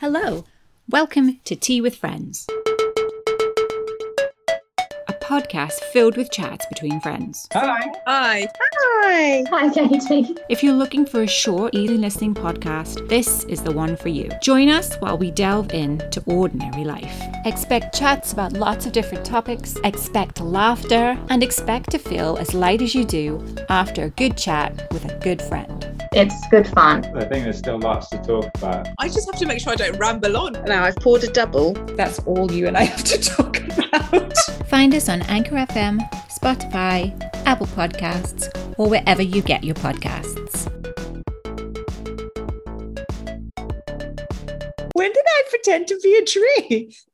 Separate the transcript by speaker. Speaker 1: Hello. Welcome to Tea with Friends, a podcast filled with chats between friends.
Speaker 2: Hi.
Speaker 3: Hi.
Speaker 4: Hi.
Speaker 5: Hi, Katie.
Speaker 1: If you're looking for a short, easy listening podcast, this is the one for you. Join us while we delve into ordinary life. Expect chats about lots of different topics, expect laughter, and expect to feel as light as you do after a good chat with a good friend.
Speaker 5: It's good fun.
Speaker 2: I think there's still lots to talk about.
Speaker 3: I just have to make sure I don't ramble on.
Speaker 4: Now I've poured a double.
Speaker 3: That's all you and I have to talk about.
Speaker 1: Find us on Anchor FM, Spotify, Apple Podcasts, or wherever you get your podcasts.
Speaker 3: When did I pretend to be a tree?